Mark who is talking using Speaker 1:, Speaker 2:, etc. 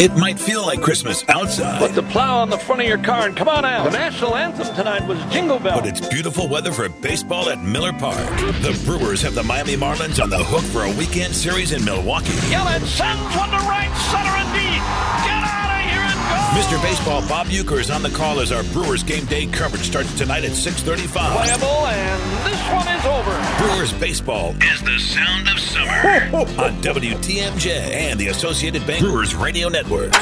Speaker 1: It might feel like Christmas outside,
Speaker 2: Put the plow on the front of your car and come on out. The national anthem tonight was Jingle Bell.
Speaker 1: but it's beautiful weather for baseball at Miller Park. The Brewers have the Miami Marlins on the hook for a weekend series in Milwaukee.
Speaker 2: Yell it, sends one to right center and deep. Get out of here and go.
Speaker 1: Mr. Baseball Bob Euchre is on the call as our Brewers game day coverage starts tonight at 6:35.
Speaker 2: Playable, and this one is over.
Speaker 1: Brewers baseball is the sound of summer on WTMJ and the Associated Bank Brewers Radio Network.